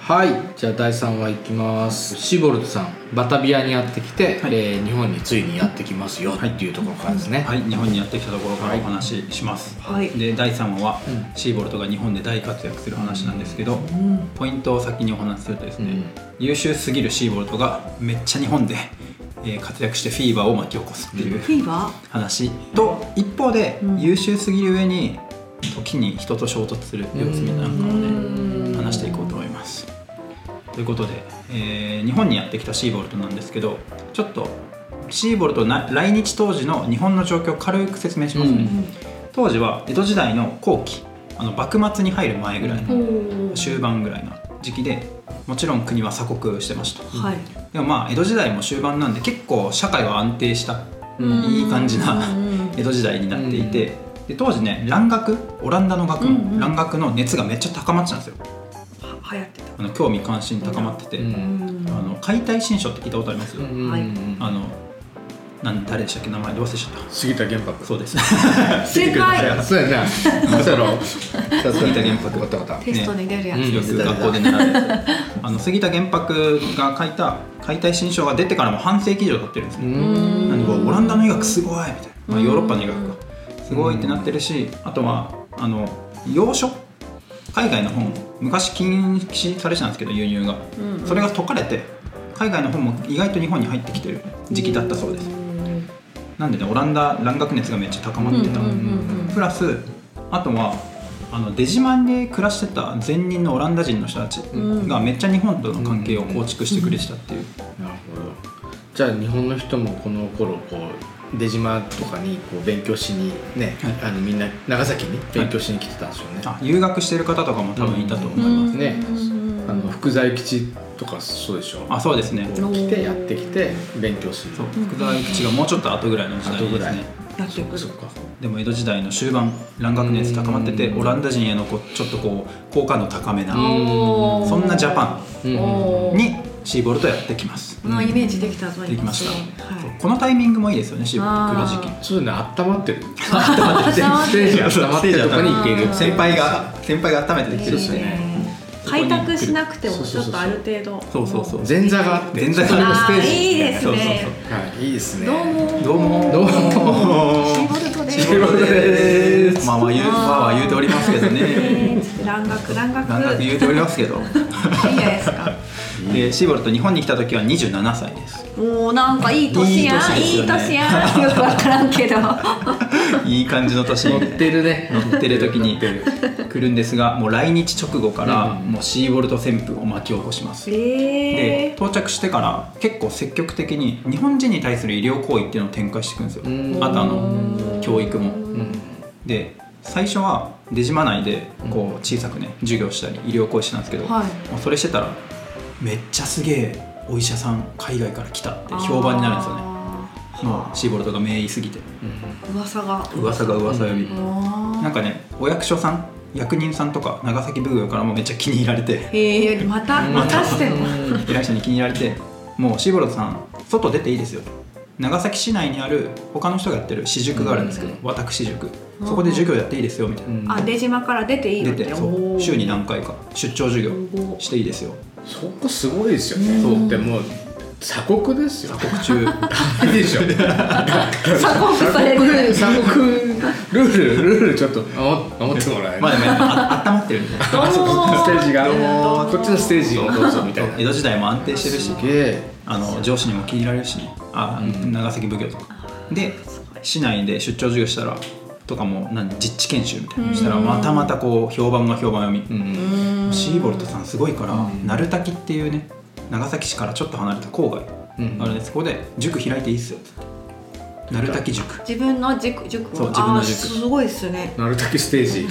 はいじゃあ第3話いきますシーボルトさんバタビアにやってきて、はいえー日本についにやってきますよっていうところからですね、はい、日本にやってきたところからお話しします、はいで第3話は、うんシーボルトが日本で大活躍する話なんですけど、ポイントを先にお話しするとですね、うん優秀すぎるシーボルトがめっちゃ日本で、えー活躍してフィーバーを巻き起こすっていう、フィーバ話と一方で、うん優秀すぎる上に時に人と衝突する様子みたいなのをね話していこうと思います。ということで、えー日本にやってきたシーボルトなんですけどちょっとシーボルトな来日当時の日本の状況を軽く説明しますね、うん当時は江戸時代の後期あの幕末に入る前ぐらいーのおー終盤ぐらいの時期でもちろん国は鎖国してました、はいでもまあ江戸時代も終盤なんで結構社会は安定したうんいい感じなうんうんうん江戸時代になっていて、で当時ね蘭学オランダの学問、うんうん蘭学の熱がめっちゃ高まってたんですよは流行ってたあの興味関心高まってて、ううんんあの解体新書って聞いたことあります、うんはいあのなん誰でしたっけ名前で忘れちゃった杉田玄白そうです正解そうやなそうやろ杉田玄白わかったわかったテストに出るやつ、うんよく学校で習うやつあの杉田玄白が書いた解体新書が出てからも半世紀以上経ってるんですね、うんなんかオランダの医学すごいみたいな、まあ、ヨーロッパの医学がすごいってなってるしあとはあの洋書海外の本昔禁止されてたんですけど輸入がうんうんそれが解かれて海外の本も意外と日本に入ってきてる時期だったそうですなんでねオランダ蘭学熱がめっちゃ高まってた、うんうんうんうんプラスあとはあの出島で暮らしてた前任のオランダ人の人たちんがめっちゃ日本との関係を構築してくれてたっていう、なるほどじゃあ日本の人もこの頃こう出島とかにこう勉強しにね、あのみんな長崎に勉強しに来てたんですよね、あ留学してる方とかも多分いたと思います、うんねうんあの福沢諭吉とかそうでしょあそうですねこう来てやってきて勉強しにそう福沢諭吉がもうちょっと後ぐらいの時代後でぐすらいねやってくるそっかでも江戸時代の終盤蘭学熱高まっててうんオランダ人へのこうちょっとこう好感度高めなおーそんなジャパうんおンーにシーボルトやってきますのイメージできたと思いできまますした、はそういこのタイミングもいいですよねシーボルト黒時期そういうの温まってるあー触ステージ温まってるとこに行けステージ温まるって先輩が先輩が温めてでいきいるねしね開拓しなくてそもうちそうょそうっとある程度そうそうそう前座があって前座がそれもスあテーージいいですそうそうねはい、いいですねどうもどうもどうもシーボルトですシーボルトですまあまあ言うまあまあ言うておりますけど ねえー蘭学蘭学蘭学言うておりますけどいいじゃないですかでシーボルト日本に来た時は27歳です もうなんかいい年やんいいい年いです年よやんよくわからんけ どいい感じの年に乗ってるね乗ってる時に来るんですがもう来日直後からもうシーボルト旋風を巻き起こしますでえー到着してから結構積極的に日本人に対する医療行為っていうのを展開していくんですようんあとあの教育もうんで最初は出島内でこう小さくね授業したり医療行為してたんですけど、はいもうそれしてたらめっちゃすげえお医者さん海外から来たって評判になるんですよねあもうシーボルトが名医すぎてー噂が噂が噂より、あなんかねお役所さん役人さんとか長崎奉行からもめっちゃ気に入られてーへえまたまたしてんの依頼者に気に入られてもうシーボルトさん外出ていいですよ長崎市内にある他の人がやってる私塾があるんですけど、私塾そこで授業やっていいですよみたいな、うんあ出島から出ていいの出ってておそーう週に何回か出張授業おーしていいですよそこすごいですよねそうでもう鎖国ですよ国中いいでしょ鎖国されてる鎖国ルールルールちょっと守ってもらえまあでもやっ ぱあ 温まってるんでどうもステージがどうもこっちのステージをどうぞみたいな江戸時代も安定してるしすげえあの上司にも気に入られるしねあ、うん長崎奉行とかで市内で出張授業したらとかも何実地研修みたいなのしたらうんまたまたこう評判が評判を見、うんシーボルトさんすごいから、うん鳴滝っていうね長崎市からちょっと離れた郊外うんあれでそこで塾開いていいっすよつって鳴滝塾自分の塾塾をそう自分の塾あーすごいですねなるたけステージ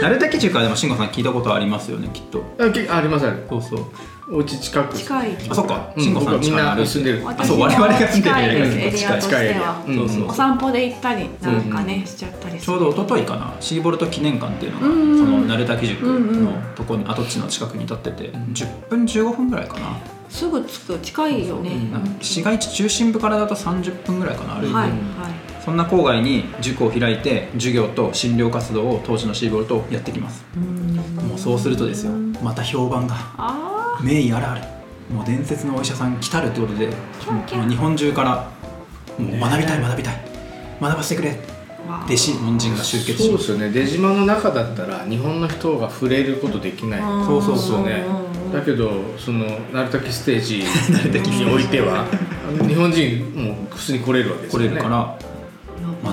鳴滝塾はでも慎吾さん聞いたことありますよねきっとあけありますあるそうそうお家近く近いあそっかうん慎吾さん僕はみんな近いの住んでるあそう我々が住んでる近いエですリエリアアがとし近いエてリはアそうそうお散歩で行ったりなんかねしちゃったりすちるょうど一昨日かなシーボルト記念館っていうのが、うんうんその鳴滝塾うんうのとこに跡地の近くに立ってて、10分15分ぐらいかな、すぐ着く近いよねなんか市街地中心部からだと30分ぐらいかな歩いて、はいうんはそんな郊外に塾を開いて授業と診療活動を当時のシーボルトやってきます、いうんもうそうするとですよまた評判があ名医あるあるもう伝説のお医者さん来たるってことでもキャーう日本中からもう学びたい学びたい学ばせてくれーわあ弟子門人が集結しそうまですすよね出島の中だったら日本の人が触れることできないそうそうそうねんだけどその鳴滝ステー ジにおいては日本人もう普通に来れるわけです来よねれるから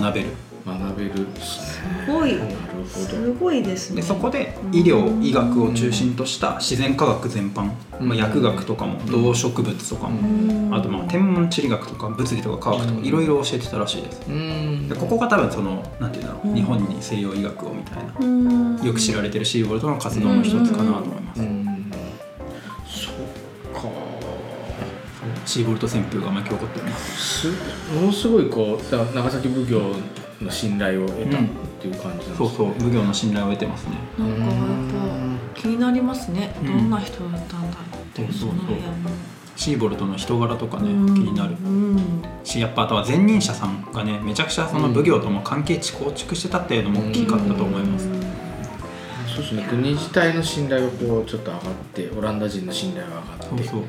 学べる学べるっすねすごいなるほすごいですねでそこで医療医学を中心とした自然科学全般、うんまあ、薬学とかも動植物とかうも、うんあとまあ天文地理学とか物理とか科学とうかんいろいろ教えてたらしいですどうんでここが多分そのなんて言うんだろう、うん日本に西洋医学をみたいなうんよく知られてるシーボルトの活動の一つかなと思いまうす、んそっかシーボルト旋風が巻き起こっておりますすものすごいこうだ長崎奉行の信頼を得たっていう感じなんですね、そうそう奉行の信頼を得てますねなんかやっぱ気になりますね、うんどんな人だったんだろうってそうそうそうの辺もシーボルトの人柄とかね、うん気になるうんしやっぱあとは前任者さんがねめちゃくちゃその奉行とも関係値構築してたっていうのも大きかったと思います、そうですね国自体の信頼がこうちょっと上がってオランダ人の信頼が上がってそうそう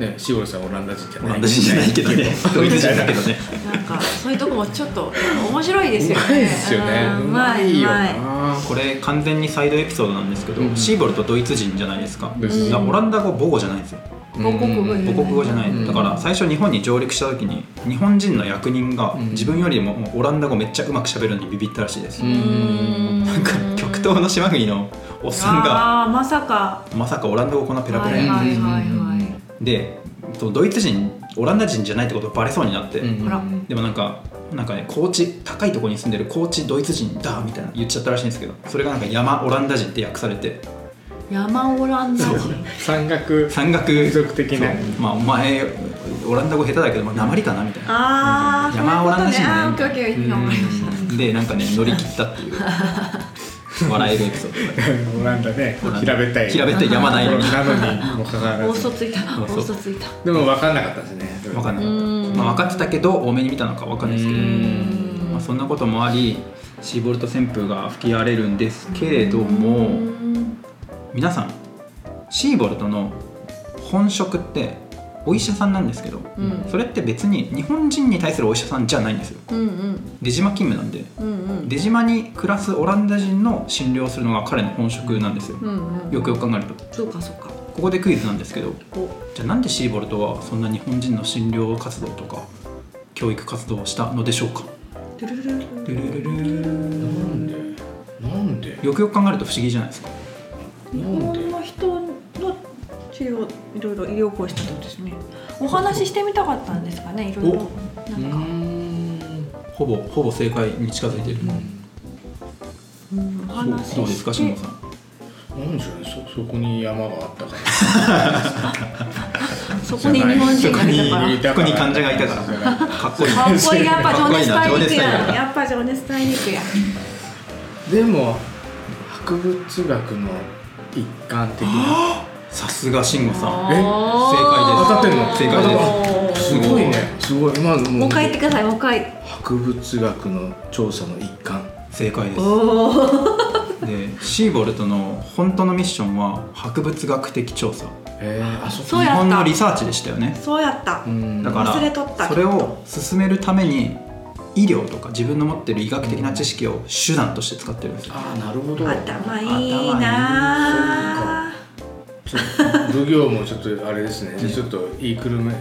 ねシゴルさんオランダ人じゃオないランダ人じゃないけど ねドイツ人だけどねなんかそういうとこもちょっと面白いですよねうまいですよねううんうままいいようまいな これ完全にサイドエピソードなんですけど、うんシーボルトドイツ人じゃないですか,、ですオランダ語母語じゃないんですよ母国語母国語じゃない、うんだから最初日本に上陸した時に日本人の役人がうん自分よりもオランダ語めっちゃうまく喋るのにビビったらしいです、うんなんか極東の島国のおっさんがあーまさかまさかオランダ語こんなペラペラはいやはいはいはいんでそうドイツ人オランダ人じゃないってことがバレそうになって、ほらでもなんかなんかね高地高いところに住んでる高地ドイツ人だみたいな言っちゃったらしいんですけどそれがなんか山オランダ人って訳されて山オランダ人山岳山岳民族的なそうまあお前オランダ語下手だけどまあ鉛かなみたいなああ山オランダ人ねああーオッケーオッケーわかりましたでなんかね乗り切ったっていう 笑えるエピソ ーオランダねド平べったい平べったい山ないの になのにもかかわら大ず嘘ついたそうそう大嘘ついたでも分かんなかったですね分かんなうかっんた、まあ、分かってたけど多めに見たのか分かんないですけど、うんまあ、そんなこともありシーボルト旋風が吹き荒れるんですけれどもうん皆さんシーボルトの本職ってお医者さんなんですけど、うんそれって別に日本人に対するお医者さんじゃないんですようんうん出島勤務なんでうんうん出島に暮らすオランダ人の診療をするのが彼の本職なんですよ、うんうんよくよく考えるとそうかそうかここでクイズなんですけどおじゃあなんでシーボルトはそんな日本人の診療活動とか教育活動をしたのでしょうかドゥルルルルルルルルなんでなんでよくよく考えると不思議じゃないですか日本の人の治療いろいろ医療行為したってことですねお話ししてみたかったんですかねいろいろうなんーかんほぼほぼ正解に近づいてる、うんおどう話ししてどうですか慎吾さんなんでしょうねそそこに山があったからそこに日本人がいそたからこに患者がいたからかっこいいかっこいいやっぱ情熱かっこ大いいな情熱大陸陸やだやっぱ情熱大陸やでも博物学の一環的なさすが慎吾さんえ正当たってるの正解ですすごいねすごい今ももう一回言ってくださいもう一回博物学の調査の一環正解ですおーでシーボルトの本当のミッションは博物学的調査えー、あそそう日やった本のリサーチでしたよねそうやったうんだから忘れとったそれを進めるために医療とか自分の持ってる医学的な知識を手段として使ってるんですよああなるほど頭いいなーちょっと 奉行もちょっとあれですねじゃあちょっといいくるめ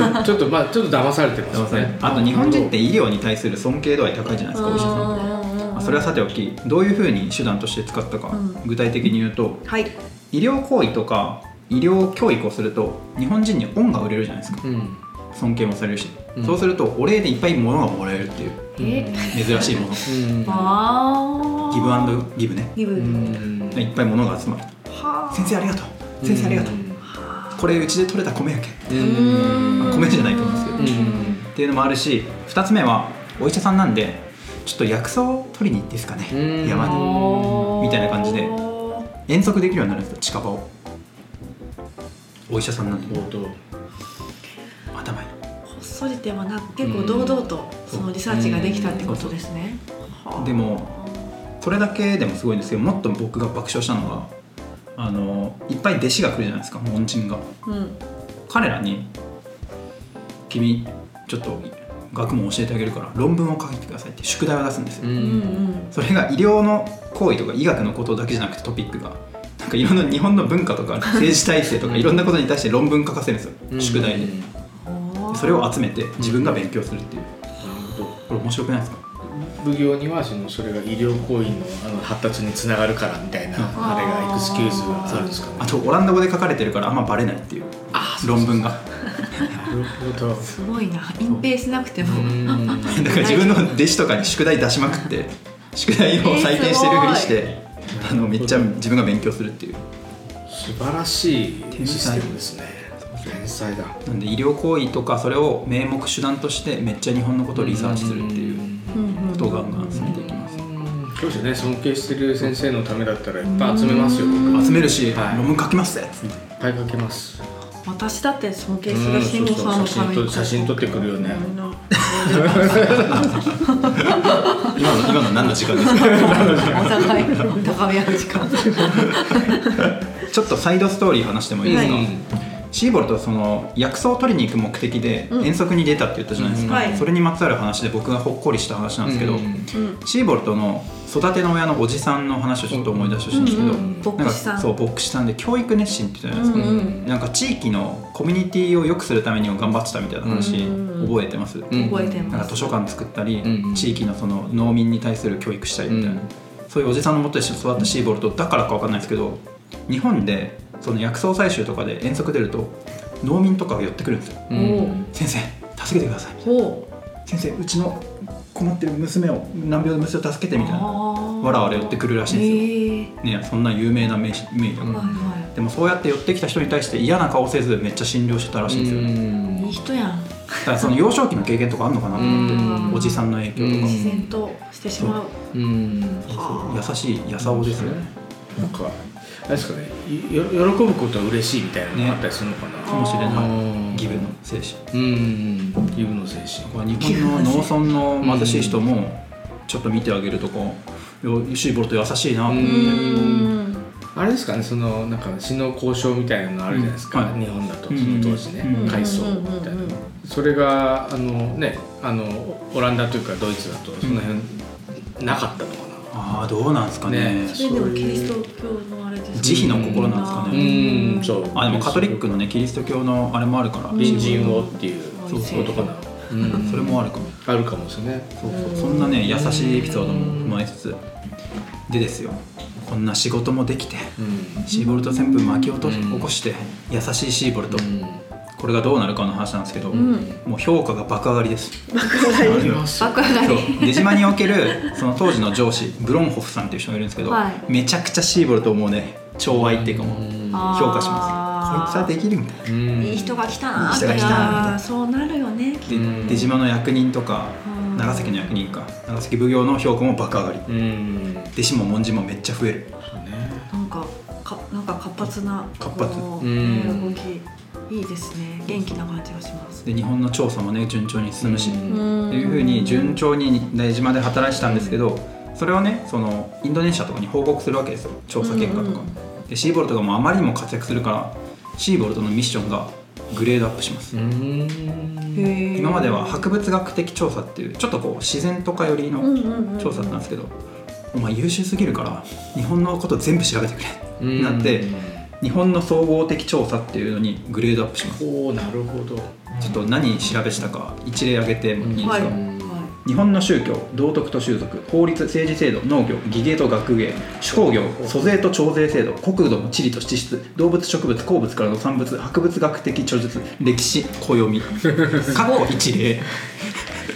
なん かちょっとまあちょっと騙されてますねあと日本人って医療に対する尊敬度合い高いじゃないですかお医者さんってまあそれはさておきどういうふうに手段として使ったか、うん具体的に言うとはい医療行為とか医療教育をすると日本人に恩が売れるじゃないですかうん尊敬もされるし、うんそうするとお礼でいっぱい物がもらえるっていうえ珍しいものうんあーギブアンドギブねギブうんいっぱい物が集まるはあ先生ありがとう先生ありがとうこれうちで取れた米やけんうんまあ米じゃないと思うんですけどうんっていうのもあるし2つ目はお医者さんなんでちょっと薬草を取りに行っていいですかねうん山におーみたいな感じで遠足できるようになるんですよ近場をお医者さんなんで冒頭頭いいほっそりではなく結構堂々とそのリサーチができたってことですね。はあでもそれだけでもすごいんですけどもっと僕が爆笑したのがあのいっぱい弟子が来るじゃないですか門人がうん彼らに「君ちょっと学問教えてあげるから論文を書いてください」って宿題を出すんですよ、ううんんそれが医療の行為とか医学のことだけじゃなくてトピックがなんかいろんな日本の文化とか政治体制とうかんいろんなことに対して論文書かせるんですよ、うん宿う題でんなるうんそれを集めて自分が勉強するっていうほどこれ面白くないですか奉行にはそのそれが医療行為のあの発達につながるからみたいなああれがエクスキューズがあるんですかねあとオランダ語で書かれてるからあんまバレないっていう論文がなるほどすごいな隠蔽しなくてもだから自分の弟子とかに宿題出しまくって宿題を採点してるふりしてあのめっちゃ自分が勉強するっていう素晴らしい天才システムですね天才だなんで医療行為とかそれを名目手段としてめっちゃ日本のことをリサーチするっていうことをガンガン進めていきますそうですね尊敬してる先生のためだったらいっぱい集めますよ僕集めるしはい論文書きますぜっつっていっぱい書けます私だって尊敬すうるん慎吾さんのためそうそうに写真撮写真撮ってくるよねみんな今の今の何の時間ですかお互い高め合う時間ちょっとサイドストーリー話してもいいですか、うんシーボルトはその薬草を取りに行く目的でうん遠足に出たって言ったじゃないですか、うんはいそれにまつわる話で僕がほっこりした話なんですけど、うんうんシーボルトの育ての親のおじさんの話をちょっと思い出してほしいんですけど、うんうん牧なんか師さんそう牧師さんで教育熱心って言ったじゃないですか、うんうんなんか地域のコミュニティを良くするためにも頑張ってたみたいな話うん覚えてます、うん覚えてなんまか図す書館作ったり、うん地域のその農民に対する教育したりみたいな、うんそういうおじさんのもとで育ったシーボルトだからかわかんないですけど日本でその薬草採集とかで遠足出ると農民とかが寄ってくるんですようおうん「先生助けてくださいほう」先生うちの困ってる娘を難病の娘を助けて」みたいなわわらわら寄ってくるらしいんですよですよねそんな有名な名医名医だから、はいはでもそうやって寄ってきた人に対して嫌な顔せずめっちゃ診療してたらしいんですよね、いいい人やんだからその幼少期の経験とかあんのかなと思って、うんおじさんの影響とか、自然としてしまううんはあ優しいやさおですよねなんかあれですかねいよ喜ぶことは嬉しいみたいなのがあったりするのかかもしれな、ないうんギブの精神うんギブの精神これ日本の農村の貧しい人もちょっと見てあげるとこよシーボルト優しいな、うんうんあれですかねそのなんか死の交渉みたいなのあるじゃないですか、うんはい日本だとそうんの当時ね、うん海藻みたいな、うんうんうんそれがあのねあのオランダというかドイツだとその辺なかったのかああどうなんですかねねそれでもキリスト教のあれです慈悲の心なんですかな、ねうんそうあでもカトリックのねキリスト教のあれもあるから、うん隣人をっていうそうそうことかな、うんそれもあるかもあるかもしれないそうそうそんなね優しいエピソードも踏まえつつでですよこんな仕事もできてうんシーボルト旋風巻き落としうん起こして優しいシーボルト、うんこれがどうなるかの話なんですけど、んもう評価が爆上がりですあります爆上がそりう出島におけるその当時の上司ブロンホフさんっていう人がいるんですけど、はいめちゃくちゃシーボルトをもうね超愛っていうかもううん評価しますこいつはできるみたいなうんいい人が来たないい人が来たなみたいなそうなるよねでうん出島の役人とかうん長崎の役人か長崎奉行の評価も爆上がりうんね弟子も門人もめっちゃ増えるなんかかなんか活発な活発こううん動きいいですね元気な感じがしますで日本の調査もね順調に進むし、うんっていうふうに順調に出島で働いてたんですけど、それをねそのインドネシアとかに報告するわけですよ調査結果とか、でシーボルトがもうあまりにも活躍するからシーボルトのミッションがグレードアップします、うん今今までは博物学的調査っていうちょっとこう自然とか寄りの調査だったんですけど、お前優秀すぎるから日本のこと全部調べてくうれんなって日本の総合的調査っていうのにグレードアップしますおおなるほどちょっと何調べしたか一例挙げてもいいですか、はい日本の宗教道徳と習俗法律政治制度農業技芸と学芸手工業租税と徴税制度国土の地理と地質動物植物鉱物からの産物博物学的著述歴史暦過去一例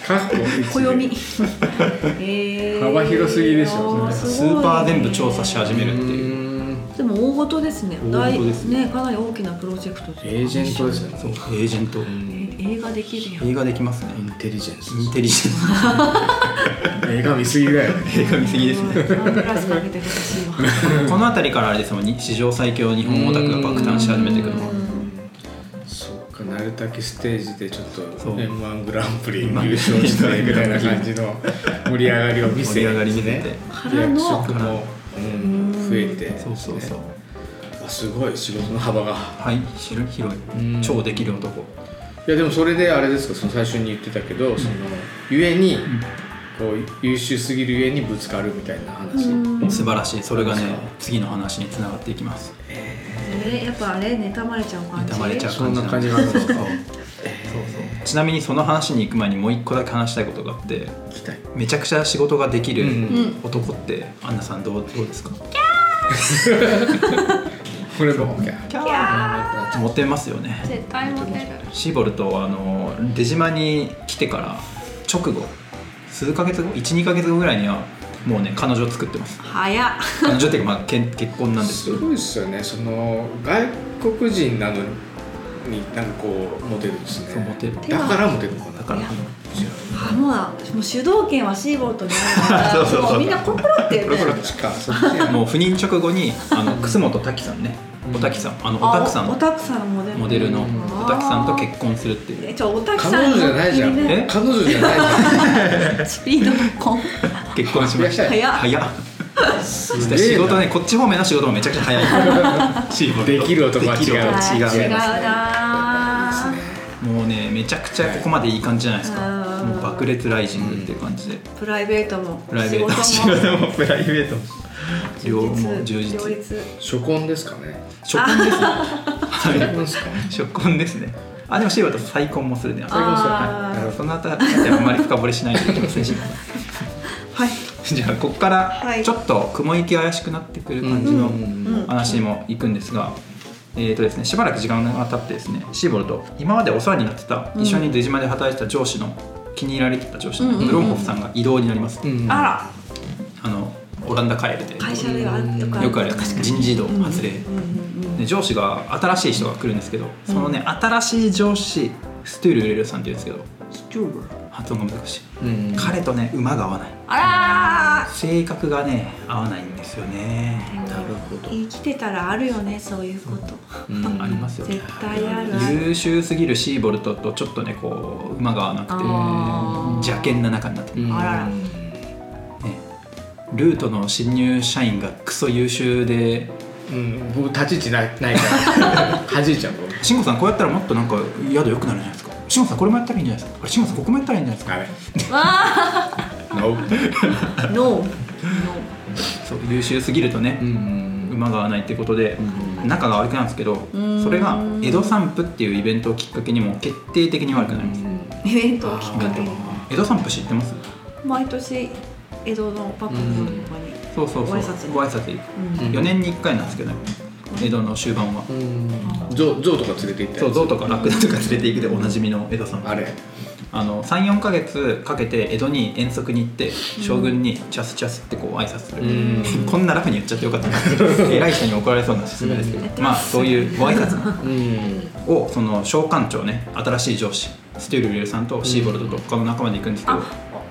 かっこいいですね暦 へー幅広すぎでしょあすごいスーパー全部調査し始めるっていううんでも大事ですね大事です大ねかなり大きなプロジェクトエージェントですねそうエージェントうんえ映画できるやん映画できますねインテリジェンスインテリジェン映画見すぎだよねス映画見すぎです ねすごいサングラスかけてほしいわこの辺りからあれですもんね史上最強日本オタクが爆誕し始めていくのはうんそうかなるたけステージでちょっとそう m 1グランプリ優勝したいぐらいな感じの盛り上がりを見せ盛り上がり見せてねから役の職も、うん、うん増えて、そうそうそうねあすごい仕事の幅がはい広い広いうん超できる男いやでもそれであれですかその最初に言ってたけど、そのゆえに、こう優秀すぎるゆえにぶつかるみたいな話、うん素晴らしいそれがねそうですか次の話につながっていきますえやっぱあれ妬まれちゃう感じ妬まれちゃうそん感じな感じながんあでるんですすかそうそうそうちなみにその話に行く前にもう一個だけ話したいことがあって期待めちゃくちゃ仕事ができるうん男ってアンナさんどうどうですかこれもキャキャいやモテますよねー絶対モテるシーボルトあの出島に来てから直後数ヶ月後12ヶ月後ぐらいにはもうね彼女を作ってます早っ彼女っていうか、まあ、けん結婚なんですけすどごいですよねその外国人なのになんかこうモテるんですねそうモテるだからモテるのかなだからいやあもうもう主導権はシーボートにある そうそうそうからもうみんなコロコロって言っこてるっちかそっちやもう赴任直後にあの楠本滝さんねうんお滝さんあのおたくさんあおおのたくさんのモデルモデルのうんおたくさんと結婚するっていうえちょおたくさん彼女じゃないじゃんのえ彼女じゃないじスピード 婚結婚しました早っ早っゃん そして仕事ねこっち方面の仕事もめちゃくちゃ 早いシーボルトできる男は違うできる男違はう違違ううなーもうねめちゃくちゃここまでいい感じじゃないですか、はいもう爆裂ライジングっていう感じで、プライベートもプライベートも仕仕 事も事もプライベートも両も充実両立初婚ですかね初婚 ですね初婚ですか初婚ですねあでもシーバと再婚もするね再婚するあーはいそのあたりあんまり深掘りしないでいきますねはい じゃあここからはいちょっと雲行き怪しくなってくる感じのうん話にも行くんですが、えーとですね、しばらく時間が経ってですねシーボルと今までお世話になってた、うん一緒に出島で働いてた上司の気に入られてた上司うんうのんうんブロンホフさんが異動になります、うんあらあのオランダ帰るで会社ではよくあるよくある人事異動うん発令、うんうんうんで上司が新しい人が来るんですけどそのね、新しい上司ストゥール・レルさんって言うんですけど発音が難しい、うん彼とね馬が合わないあ性格がね合わないんですよね、らなるほど生きてたらあるよねそういうことうんありますよね絶対あるある優秀すぎるシーボルトとちょっとねこう馬が合わなくてあー邪険な中になってる、うんあららねルートの新入社員がクソ優秀でうん僕立ち位置ないないから弾いちゃう僕慎吾さんこうやったらもっとなんか宿良くなるんじゃないですか慎吾さんこれもやったらいいんじゃないですかあれ慎吾さんここもやったらいいんじゃないですかダメわノーーノーノーそう優秀すぎるとね、うん馬が合わないってことで、仲が悪くなるんですけどんそれが江戸散布っていうイベントをきっかけにも決定的に悪くなります、イベントをきっかけに江戸散布知ってます毎年江戸のパパのとかにそうそうそうご挨拶にご挨拶行くうんん4年に1回なんですけどね江戸の終盤は、うんゾウゾウとか連れて行ったそうやつゾウとかラクダとか連れて行くでおなじみの江戸散布あれあの34か月かけて江戸に遠足に行って将軍に「チャスチャス」ってこう挨拶する、うん こんなラフに言っちゃってよかったな偉い人に怒られそうな勧めですけど、まあそういうご挨拶なうんをその召喚長ね新しい上司ステュール・リルさんとシーボルトと他の仲間で行くんですけど、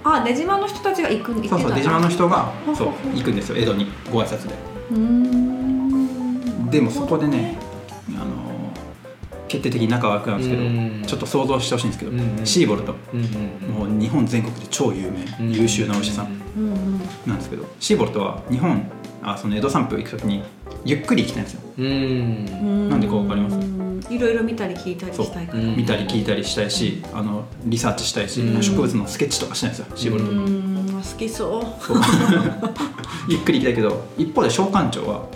あ出島の人たちが行く行ってたそうそう出島の人がうんそう行くんですよ江戸にご挨拶でうーんでもそこでねあのー決定的に仲悪くなるんですけど、うんちょっと想像してほしいんですけど、うんうんシーボルトうんもう日本全国で超有名、うん優秀なお医者さん、うんうんなんですけどシーボルトは日本あその江戸散歩行く時にゆっくり行きたいんですようんなんでかわかりますすいろいろ見たり聞いたりしたいからそううん見たり聞いたりしたいしあのリサーチしたいし、うん植物のスケッチとかしないんですよシーボルト、うーん好きそうそうゆっくり行きたいけど一方で召喚長は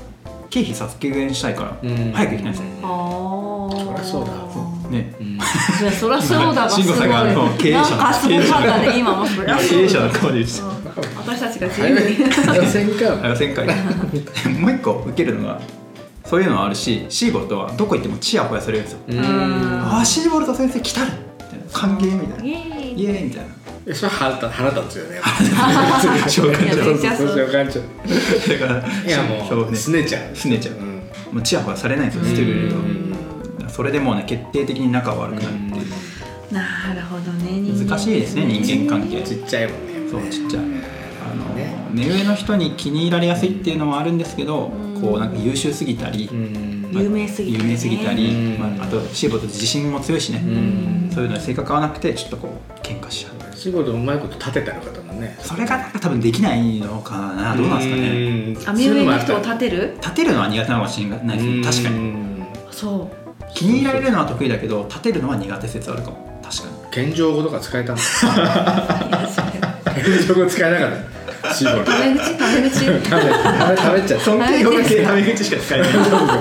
経費削減したいから、うん早く行きたいんですよ、ああそりゃそうだねうんいやそりゃそうだがす慎ご吾いさんがあの経営者のなんかすごかったね今もそりゃそうだ経営者の顔で言ってうたん私たちが自早由にめせんあか予 選会もう一個受けるのがそういうのはあるしシーボルトはどこ行ってもチヤホヤされるんですよ、ううんんああシーボルト先生来たみたいな歓迎みたいなイイエーイエーイみたいなえそれ腹立腹立つよね召いや喚めっちゃそそうそうう感じ長だからいやもそううねすねちゃうすねちゃううんもうチヤホヤされないんですよステルリルはそれでもうね決定的に仲悪くなるっていうなるほどね人間難しいですね人間関係ちっちゃいもんねそうちっちゃいあの、ね目上の人に気に入られやすいっていうのもあるんですけどこうなんか優秀すぎたりうんまあ有名すぎたり有ね名すぎたり、うんまあ、あとシーボルト自信も強いしね、んそういうので性格合わなくてちょっとこう喧嘩しちゃう仕事うまいこと立ててある方もねそれがなんか多分できないのかなどうなんですかかね網上の人を立てる立てるのは苦手なのかもしれないですけど確かににそ気に入られるのは得意だけど立てるのは苦手説あるかも確かに謙譲語とか使えたの ういやそれ謙譲語使えなかったシーボルトタメ口タ メ口食べ食べ食べちゃっ尊敬表現タメ口しか使 えない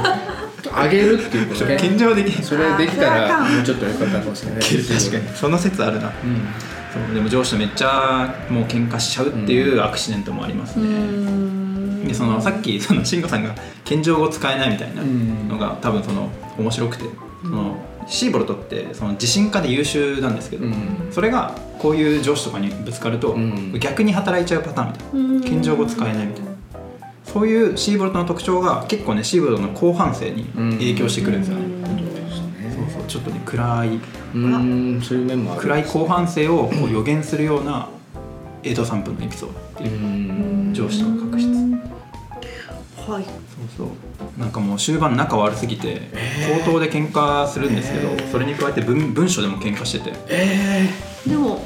たあげるっていうことね献上できないそれできたらもうちょっと良かったかもしれない確かにその説あるなうんそうでも上司とめっちゃもう喧嘩しちゃうっていうアクシデントもありますうーね、んでそのさっきその慎吾さんが謙譲語使えないみたいなうんのが多分その面白くて、そのシーボルトってその自信家で優秀なんですけど、うんそれがこういう上司とかにぶつかると、うん逆に働いちゃうパターンみたいな、うん謙譲語使えないみたいなそういうシーボルトの特徴が結構ねシーボルトの後半生に影響してくるんですよね、そうそうちょっとね暗いうんそういう面もある暗い後半生をこう予言するような江戸3分のエピソードってういうん上司との確執はいそうそうなんかもう終盤仲悪すぎて口頭で喧嘩するんですけど、えーそれに加えて文文章でも喧嘩しててえでもこ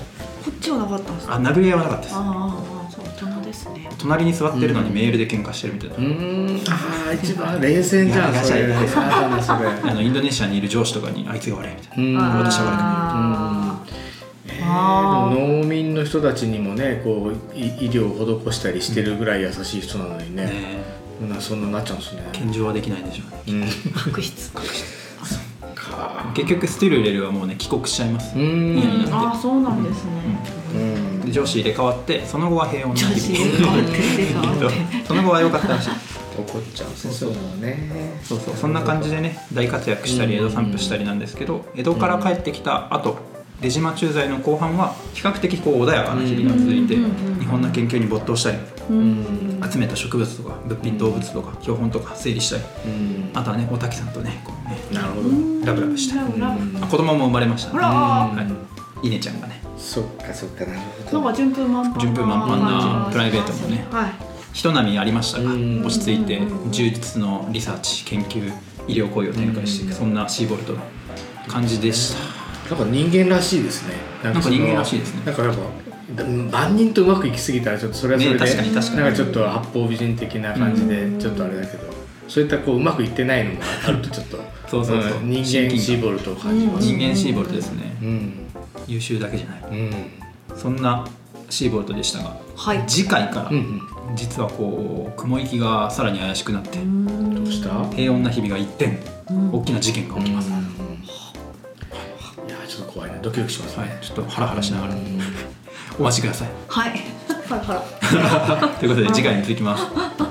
っちはなかったんですかあ殴り合いはなかったですああああそう大人ですね隣に座ってるのにメールで喧嘩してるみたいな、ーうんああ一番冷静じゃんそれいやいやいや あーそれあのインドネシアにいる上司とかにあいつが悪いみたいなうんあー私は悪くないえあー、ーでも農民の人たちにもねこうい医療を施したりしてるぐらい優しい人なのにね、ねなそんななっちゃうんですね。献上はできないでしょうねうん、確執か結局スティルレルはもうね帰国しちゃいます、ううんんああそうなんですねうんで上司入れ替わってその後は平穏な女子日で々変わってで変わって その後は良かったらしい怒っちゃうそうそうねそうそうそんな感じでね大活躍したり江戸散布したりなんですけど江戸から帰ってきた後出島駐在の後半は比較的こう穏やかな日々が続いてうんうんうん日本の研究に没頭したりうん集めた植物とか物品動物とか標本とか整理したりうんあとはねおたきさんとねこうねなるほどラブラブしたラブラブあ子供も生まれましたあらうんはい、稲ちゃんがねそっかそっかなるほなどんか順風満帆順風満帆な感じがしますプライベートもねはい人波ありましたがうん落ち着いて充実のリサーチ研究医療行為を展開していくうんそんなシーボルトの感じでしたなんか人間らしいですねなんなんかその人間らしいですねなんかやっぱ万人とうまくいきすぎたらちょっとそれはそれねで、確かに確かになんかちょっと八方美人的な感じでちょっとあれだけど、そういったこううまくいってないのがあるとちょっとそうそうそうん人間シーボルトを感じます人間シーボルトですねうん優秀だけじゃないうんうんそんなシーボルトでしたがはい次回からうん実はこう雲行きがさらに怪しくなってどうした平穏な日々が一転大きな事件が起きます、うんいやちょっと怖いなドキドキしますね、はい、ちょっとハラハラしながらうん お待ちください はい はいはいということで次回に続きます